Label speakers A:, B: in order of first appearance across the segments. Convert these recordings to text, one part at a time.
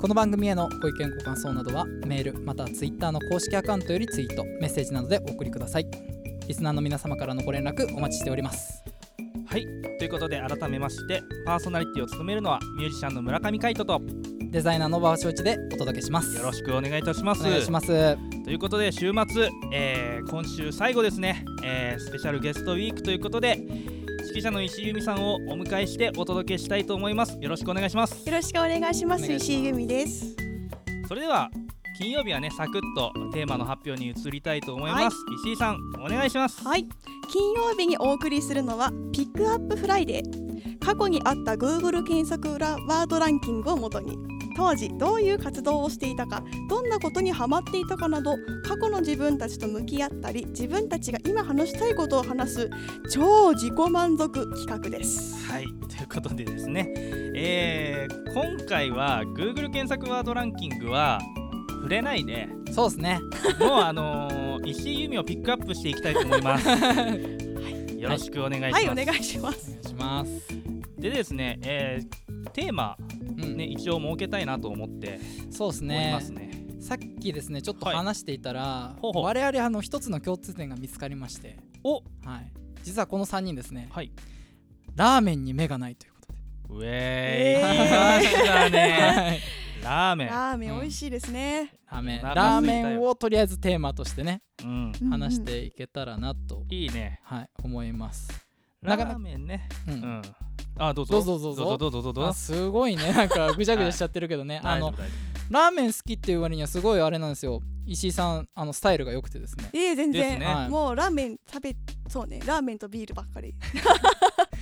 A: この番組へのご意見ご感想などはメールまたはツイッターの公式アカウントよりツイートメッセージなどでお送りくださいリスナーの皆様からのご連絡お待ちしております
B: はいということで改めましてパーソナリティを務めるのはミュージシャンの村上海人と
A: デザイナーの馬場翔一でお届けします
B: よろしくお願いいたします
A: お願いします
B: ということで週末、えー今週最後ですね、えースペシャルゲストウィークということで指揮者の石井由美さんをお迎えしてお届けしたいと思いますよろしくお願いします
C: よろしくお願いしま
A: お
C: す。
A: 願いします
C: 石井由美です。
B: それでは金曜日はねサクッとテーマの発表に移りたいと思います、石井さんお願いします
C: はい。金曜日にお送りするのはピックアップフライデー。過去にあった Google 検索裏ワードランキングをもとに。当時どういう活動をしていたかどんなことにハマっていたかなど過去の自分たちと向き合ったり自分たちが今話したいことを話す超自己満足企画です
B: はい、ということでですね、えー今回は Google 検索ワードランキングは触れないで、
A: そうですね
B: もうあの ー石井由美をピックアップしていきたいと思います。よろしくお願いします。
C: はいお願いします
A: お願いします
B: でですね、えーテーマ
A: うん
B: ね一応設けたいなと思って
A: そうです
B: おり
A: ね
B: ますね。
A: さっきですねちょっと
B: はい
A: 話していたら、
B: ほうほう
A: 我々あの一つの共通点が見つかりまして
B: お、
A: はい、実はこの3人ですね、
B: はい。
A: ラーメンに目がないということ
B: うえ
A: で、
B: ーい、
C: え
B: 来
C: ー
B: ましたね。
A: はい
B: ラーメン。
C: ラーメン美味しいですね、
A: ラーメン
B: お腹
A: ラーメンをとりあえずテーマとしてね
B: うん、
C: うん
A: 話していけたらなと、
B: いいね。
A: はい、思います、
B: ラ
A: なかなか
B: ーメンね。
A: う
B: うんん。あ、どうぞ。
A: どうぞどうぞ
B: どうぞどうぞどう
A: あ
B: ぞ。
A: すごいね なんかぐちゃぐちゃしちゃってるけどね、あ
B: 大丈夫大
A: の
B: 丈夫
A: ラーメン好きっていう割にはすごいあれなんですよ石井さんあのスタイルが良くてですね
C: ええ全
B: です
C: 然、
B: ね
A: はい
C: もうラーメン食べそうねラーメンとビールばっかり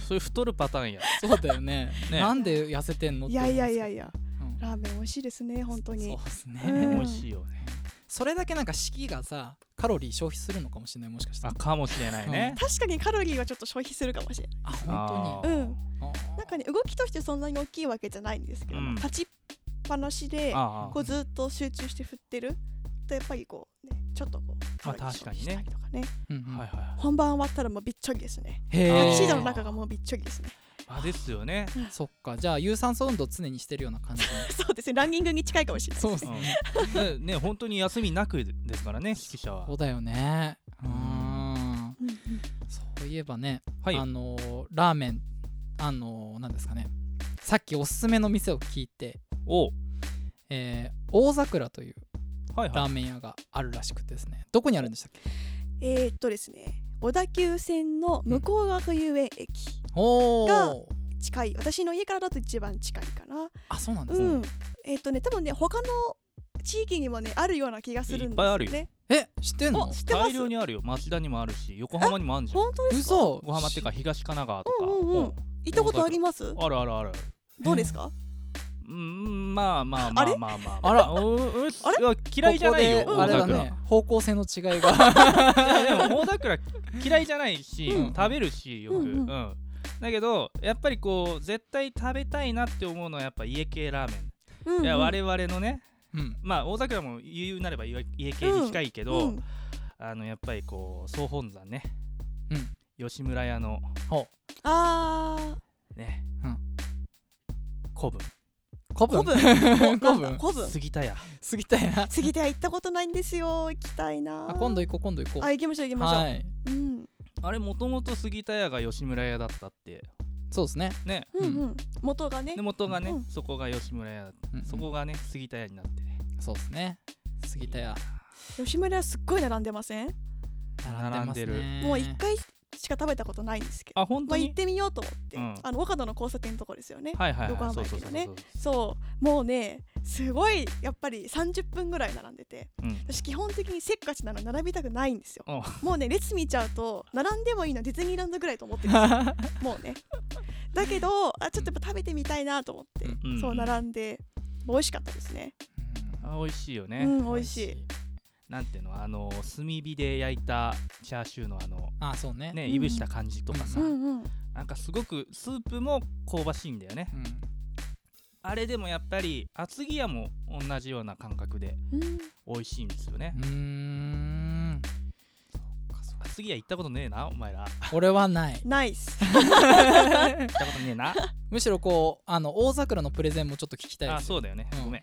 B: そういう太るパターンや。
A: そうだよね
B: ね
A: なんで痩せてんのっ
C: い
A: て思
C: や
A: うん
C: い
A: です
C: や
A: けど
C: いやいや
A: うん
C: ラーメン美味しいですね本当に
A: そうですね、
C: うん
B: 美味しいよね。
A: それだけなんか四季がさカロリー消費するのかもしれないもしかした
B: あ
A: ら
B: かもしれないね。
C: 確かにカロリーはちょっと消費するかもしれ
A: あ
B: あ
A: 本
B: ー
C: ないうん
A: 当にあー
C: なんかね動きとしてそんなに大きいわけじゃないんですけど、
B: うん
C: 立ちっぱなしで
B: ああ
C: こうずっと集中して振ってるとやっぱりこうねちょっとこうカ
B: まあ
C: ロリー消費したりとかね
A: うんうん
B: あはいはいはい。
C: 本番終わったらもうびっちょぎですね
A: へ
B: あ
C: タ
B: ー
C: キシードの中がもうびっちょぎですね
B: あですよね。
A: そっかじゃあ有酸素運動常にしてるような感じ
C: そうですねランニングに近いかもしれない
A: そう
B: う
A: そ
B: んねね本当に休みなくですからね指揮者は。
A: うだよねうーん
C: うんうん
A: そういえばね、
B: はい
A: あ。のーラーメンあのーなんですかねさっきおすすめの店を聞いて、
B: お
A: えー大桜という
B: はい
A: ラ
B: は
A: ーメン屋があるらしくてですねどこにあるんでしたっけ
C: えー、っとですね小田急線の向こう側遊園駅
A: お
C: が
A: お
C: 近い私の家からだと一番近いかな
A: あそうなんです
C: う
A: ね、
C: ん、えっ、とね多分ね他の地域にもねあるような気がするんですよ、
B: い
C: ね、
B: っぱいあるよ
A: え知ってんの
C: お知っ
B: い。
C: てます
B: 大量にあるよ。町田にもあるし、横浜にもあるじゃん。
C: 本当ですか
A: 嘘
B: 横浜っていうか東神奈川とか。
C: うんうんうん行ったことあります
B: おあるあるある。
C: どうですか、
B: うんまあまあまあ
C: あれ
B: まあまあ。
A: あら
B: おううっす
C: あれ
B: いや嫌いじゃないよ。
A: ここであ
B: 大
A: れだ
B: 桜。い
A: ね方向性の違 いが
B: やでも大桜嫌いじゃないし、
A: うん
B: 食べるしよく。う
C: うんうん
B: ん。だけどやっぱりこう絶対食べたいなって思うのはやっぱ家系ラーメン。
C: うんうん
B: いや我々のね
A: うん
B: まあ大桜も言うなれば家系に近いけど、
C: うん
B: あのやっぱりこう総本山ね
A: うん
B: 吉村屋の
A: ほ
C: あー
B: ね、
A: うん
B: 古文
A: う古 文
C: 古
A: 古
C: なん
A: 文
C: だ古文
B: 杉田屋
A: 過ぎたよ な
C: 次では行ったことないんですよ行きたいな
A: あ今度
C: 行
A: 行こう今度行こう
C: あ行きましょう行きましょう、
A: はい
C: うん
B: あれもともと杉田屋が吉村屋だったって
A: そうですね、
B: ね
C: うんうん元がね
B: で元がね、
C: うん
B: そこが吉村屋だった
A: うんうん
B: そこがね杉田屋になってね
A: そうですね杉田屋
C: 吉村屋すっごい並んでません、
A: 並んでます
B: 並
A: ね
C: もう一回しか食べたことないんですけど
B: あ本
C: ま
B: 当
C: あ行っ
B: に、
C: てみようと思って、
B: うん
C: あの若田の交差点のとこですよね
B: はいはい
C: 横
B: はい
C: 浜
B: そう
C: 駅
B: そうそ
C: の
B: う
C: ね
B: そう
C: そうもうねすごいやっぱり30分ぐらい並んでて
B: うん
C: 私基本的にせっかちなの並びたくないんですよ
B: お
C: もうね列見ちゃうと並んでもいいのディズニーランドぐらいと思ってるんですよ もうねだけどあちょっとやっぱ食べてみたいなと思って、
B: うん
C: そう並んで美味しかったですね
A: うん
B: あ美味しいよね、
C: うん美味しい
B: なんていうのあの炭火で焼いたチャーシューのあの
A: あそうね
B: ねいぶした感じとかさ、
C: うんうん
B: なんかすごくスープも香ばしいんだよね
A: うん、
B: あれでもやっぱり厚木屋も同じような感覚で
C: うん
B: 美味しいんですよね
A: うーん
B: 厚木屋行ったことねえなお前ら行
A: 俺はない
C: ナイス。
B: ったことねえな
A: むしろこうあの大桜のプレゼンもちょっと聞きたいで
B: あ
A: す
B: そうだよね、
A: うん
B: ごめん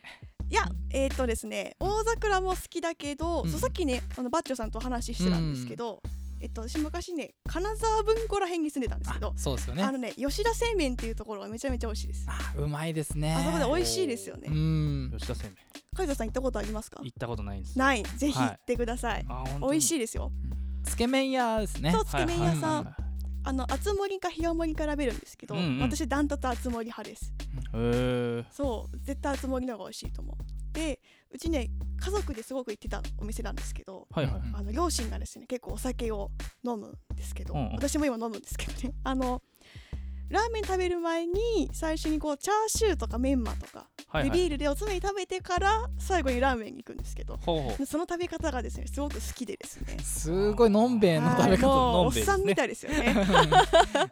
C: いや、えっ、とですね、大桜も好きだけど、
A: うん
C: そうさっきね、あのバッチョさんとお話ししてたんですけど、えっと、私昔ね、金沢文庫ら辺に住んでたんですけど
A: あ、そうですよね
C: あのね、吉田製麺っていうところがめちゃめちゃ美味しいです。
A: あうまいですね
C: あそこで美味しいですよ
A: う
C: ね。
A: ん
B: 吉田製麺
C: 海蔵さん行ったことありますか
B: 行ったことないんです
C: ない、ぜひ行ってください。
B: あ本当
C: 美
B: に
C: 味しいですよ。
A: つけ麺屋ですね
C: そう、つけ麺屋
B: はい
C: さ
B: はい
C: ん、あの厚盛りか平盛りか選べるんですけど、
B: うんうん
C: 私ダントツ厚盛り派です。
B: はいへえ
C: そう絶対厚盛りの方が美味しいと思うでうちね家族ですごく行ってたお店なんですけど
B: はいはい
A: うん
C: あの両親がですね結構お酒を飲むんですけど、
B: うんうん
C: 私も今飲むんですけどねあのラーメン食べる前に最初にこうチャーシューとかメンマとか、
B: はいはい
C: でビールでおつまみ食べてから最後にラーメンに行くんですけど
B: ほうほう
C: でその食べ方がですねすごく好きでですね
A: すごいのんべえの食べ
C: はいもう
B: 飲
C: お
B: んべ
C: っ
B: えですね
C: さんみたいですよね。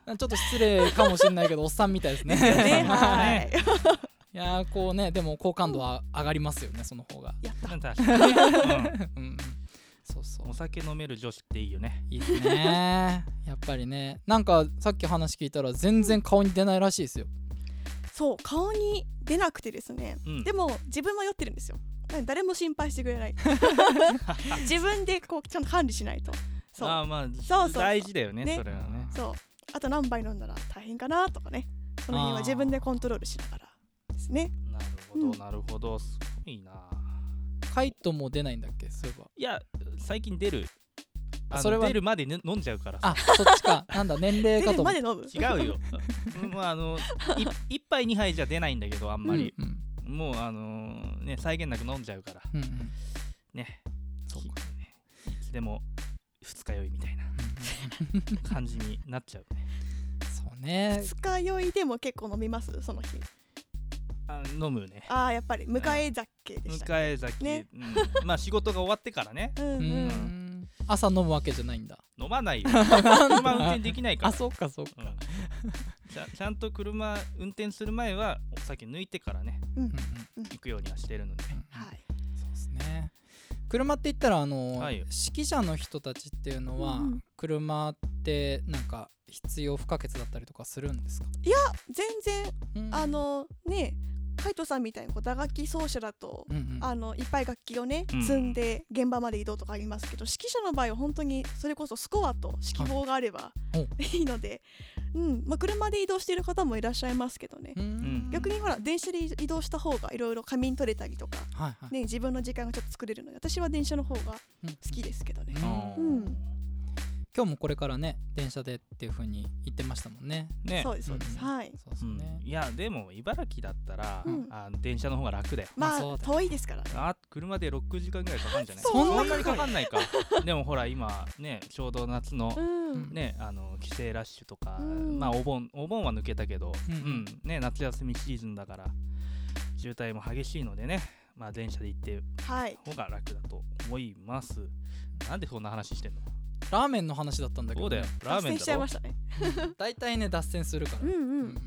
A: うん ちょっと失礼かもしれないけどおっさんみたいですね。
C: ねはい、
A: いやーこうねでも好感度は上がりますよねその方が。
C: やった
B: 確かにね、
A: うんうん、そうそ
B: うん
A: う
B: お酒飲める女子っていいよね
A: いいですねやっぱりねなんかさっき話聞いたら全然顔に出ないらしいですよ。
C: そう顔に出なくてですね
B: うん
C: でも自分は酔ってるんですよだから誰も心配してくれない自分でこうちゃんと管理しないとそう
B: あーまあ
C: そうそう
B: 大事だよね
C: ね
B: それはね
C: そうあと何杯飲んだら大変かなとかねその辺は自分でコントロールしながらですね
B: なるほ
C: う
B: ど
C: ん
B: なるほどすごいな
A: カイトも出ないんだっけそういえば。
B: いや最近出る
A: あ
B: あ
A: そ
B: そ
A: れ
B: れ
A: は
B: は出るまでね飲んじゃうからさ
A: あそっち かなんだ年齢
C: 出
A: かと
C: る
A: 思
C: ま
A: っ
C: で
A: た。
C: 飲む
B: 違うよ うんまああのい一杯二杯じゃ出ないんだけどあんまり、
A: うんうん
B: もうあのーね際限なく飲んじゃうから
A: うんうん
B: ね
A: そうか
B: きねいつでも二日酔いみたいな感じになっちゃうね
A: そうね
C: 二日酔いでも結構飲みますその日
B: あ飲むね
C: ああやっぱり迎え酒でした、
B: 迎え酒、
C: ね
B: うんまあ仕事が終わってからね
C: うんう
A: うんん朝飲むわけじゃないんだ。
B: 飲まないよ車運転できないから
A: あそうかそうか。
B: うんちゃちゃんと車運転する前はお酒抜いてからね
A: うんうん
B: 行くようにはしてるので
C: はい
A: そうですね車って言ったらあの、
B: はい
A: 指揮者の人たちっていうのは、
C: うんうん
A: 車ってなんか必要不可欠だったりとかするんですか、
C: 全然
A: うん
C: あのね海斗さんみたいにこう打楽器奏者だと
A: うんうん
C: あのいっぱい楽器をね
B: うん
C: 積んで現場まで移動とかありますけど、指揮者の場合は本当にそれこそスコアと指揮棒があれば
A: はい
C: いいので、うんまあ、車で移動している方もいらっしゃいますけどね、
A: うん
C: 逆にほら電車で移動した方がいろいろ仮眠取れたりとか、
A: はいはい、
C: ね、自分の時間がちょっと作れるので私は電車の方が好
A: うんうん
C: きですけどね。
B: う
C: うん
B: ん
A: 今日もこれからね電車でっていう風に言ってましたもんね
B: ね
C: そうですそうです、
A: うん
C: はい
A: そうです
B: う
A: よ
B: ん
A: ね、
B: いやでも茨城だったら、
C: うん
B: あの電車の方が楽だよ
A: まあ
C: まあ、
A: そうだ
C: 遠いですからね
B: あ車で6時間ぐらいかかるんじゃない
C: そ
A: んな
B: にかかんないかでもほら今ねちょうど夏の
C: う
A: ん
C: ん、
B: ねあの帰省ラッシュとか、
C: うん
B: まあお盆お盆は抜けたけど、
A: う
B: うんん
A: うん
B: ね、夏休みシーズンだから渋滞も激しいのでねまあ電車で行って
C: はい
B: 方が楽だと思いますなんでそんな話してんの
A: ラーメンの話だったんだけ
B: そう
A: ど、
B: だ
A: ね
B: よ、ラーメン
C: しちゃ
B: だ
C: い
B: ろ
C: ましたね
A: 大体ね脱線するから、
C: うんう
A: うんん
B: うん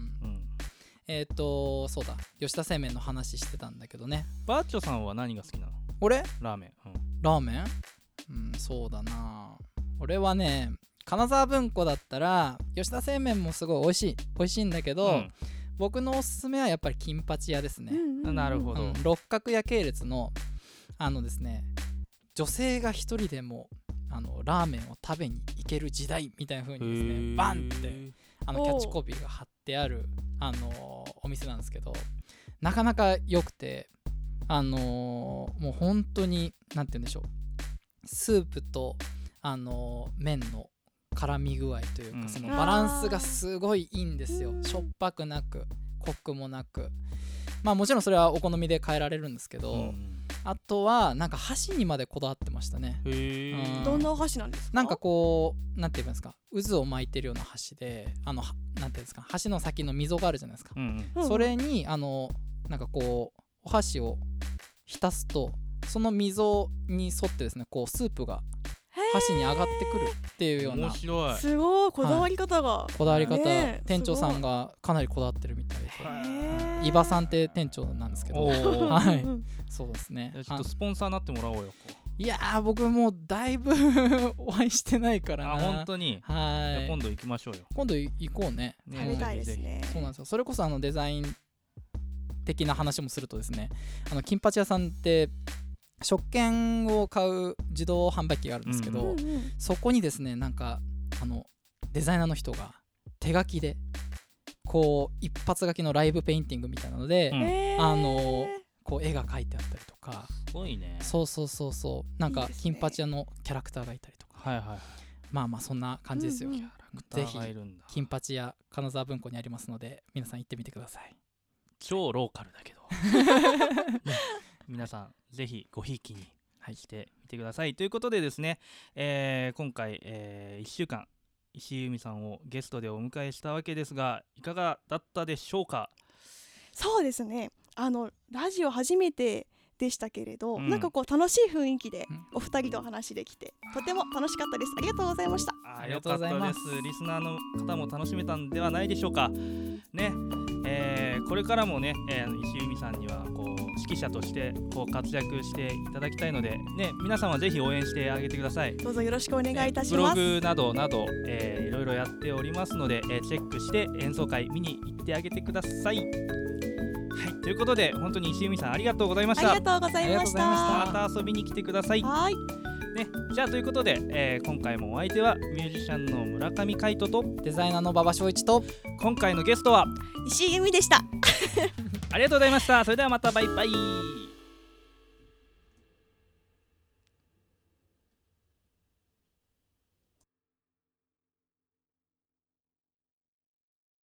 A: えっ、とそうだ吉田製麺の話してたんだけどね
B: バーチョさんは何が好きなの
A: 俺
B: ラーメン、うん
A: ラーメンうんそうだな俺はね金沢文庫だったら吉田製麺もすごい美味しい美味しいんだけど、
B: うん
A: 僕のおすすめはやっぱり金八屋です
C: うん
A: ね、
C: うんうん
B: なるほ
A: う
B: ど
A: ん、六角屋系列のあのですね女性が一人でもあのラーメンを食べに行ける時代みたいな風にです
B: へ
A: ね
B: ー
A: バンってあの
C: おう
A: キャッチコピーが貼ってある、あのーお店なんですけどなかなか良くて、あのーもう本当に何て言うんでしょうスープと、あのー麺の絡み具合というか、
B: うん
A: そのバランス
C: あー
A: がすごいいいんですよ
C: うん
A: しょっぱくなくコクもなくまあもちろんそれはお好みで変えられるんですけど、
B: うん
A: あとはなんか箸にまでこだわってましたね。
B: へえ、
A: うん
C: どんなお箸なんですか
A: なんかこうなんて言うんですか渦を巻いてるような箸であのはなんていうんですか箸の先の溝があるじゃないですか、
B: うんうん
C: うんうん
A: それにあのなんかこうお箸を浸すとその溝に沿ってですねこうスープが箸に上がってくるっていうよう
B: 面
A: な
B: 白い
C: すごいこだわり方が、
A: こだわり方、
C: ねえ
A: 店長さんがかなりこだわってるみたいで
C: へー
A: 伊庭さんって店長なんですけ
B: お
A: ど
B: ー
A: はい
C: うん
A: そうですね
B: じゃあちょっ
A: あ
B: とスポンサーになってもらおうよ
A: いやー僕もうだいぶ お会いしてないからな
B: あ本当に、じゃ
A: は
B: あ
A: い
B: 今度行きましょうよ
A: 今度行こうね
B: ね
A: う
C: 食
A: ん
C: べたいですね
A: そうなんですよそれこそあのデザイン的な話もするとですねあの金八屋さんって食券を買う自動販売機があるんですけど、
B: う
C: うんうん
A: そこにですねなんかあのデザイナーの人が手書きでこう一発書きのライブペインティングみたいなので、
B: うん
C: へー
A: あのこう絵が描いてあったりとか
B: すごいね
A: そうそうそうそうなん
C: いい
A: か
C: ですね
A: 金八屋のキャラクターがいたりとか
B: はいはい
A: まあまあそんな感じですよ、
C: うんうん
B: 人
A: ぜひ
B: がいるんだ
A: 金八屋金沢文庫にありますので皆さん行ってみてください
B: 超ローカルだけ どね皆さんぜひごひいきにしてみてください、ということでですね、えー今回、え1週間石井由美さんをゲストでお迎えしたわけですがいかがだったでしょうか
C: そうですねあのラジオ初めてでしたけれど、
B: うん
C: なんかこう楽しい雰囲気で
A: うん
C: お二人とお話できてとても楽しかったですありがとうございました
B: あ
A: あ
B: ー
A: り
B: よ
A: がと
B: か
A: う
B: っ
A: ござい
B: たで
A: ますす
B: リスナーの方も楽しめたんではないでしょうかね、えーこれからもね、えー石井由美さんにはこう指揮者としてこう活躍していただきたいのでね皆さんはぜひ応援してあげてください
C: どうぞよろしくお願いいたし
B: ブロ
C: ます、
B: グなどなど、えーいろいろやっておりますので、えーチェックして演奏会見に行ってあげてください。はい、ということで本当に石井由美さんありがとうございました
C: あり。がとうございました
A: あ
B: また遊びに来てください。ね、
C: はい
B: じゃあということで、えー今回もお相手はミュージシャンの村上海人と
A: デザイナーの馬場翔一と
B: 今回のゲストは
C: 石井由美でした
B: ありがとうございました。それではまたバイバイ。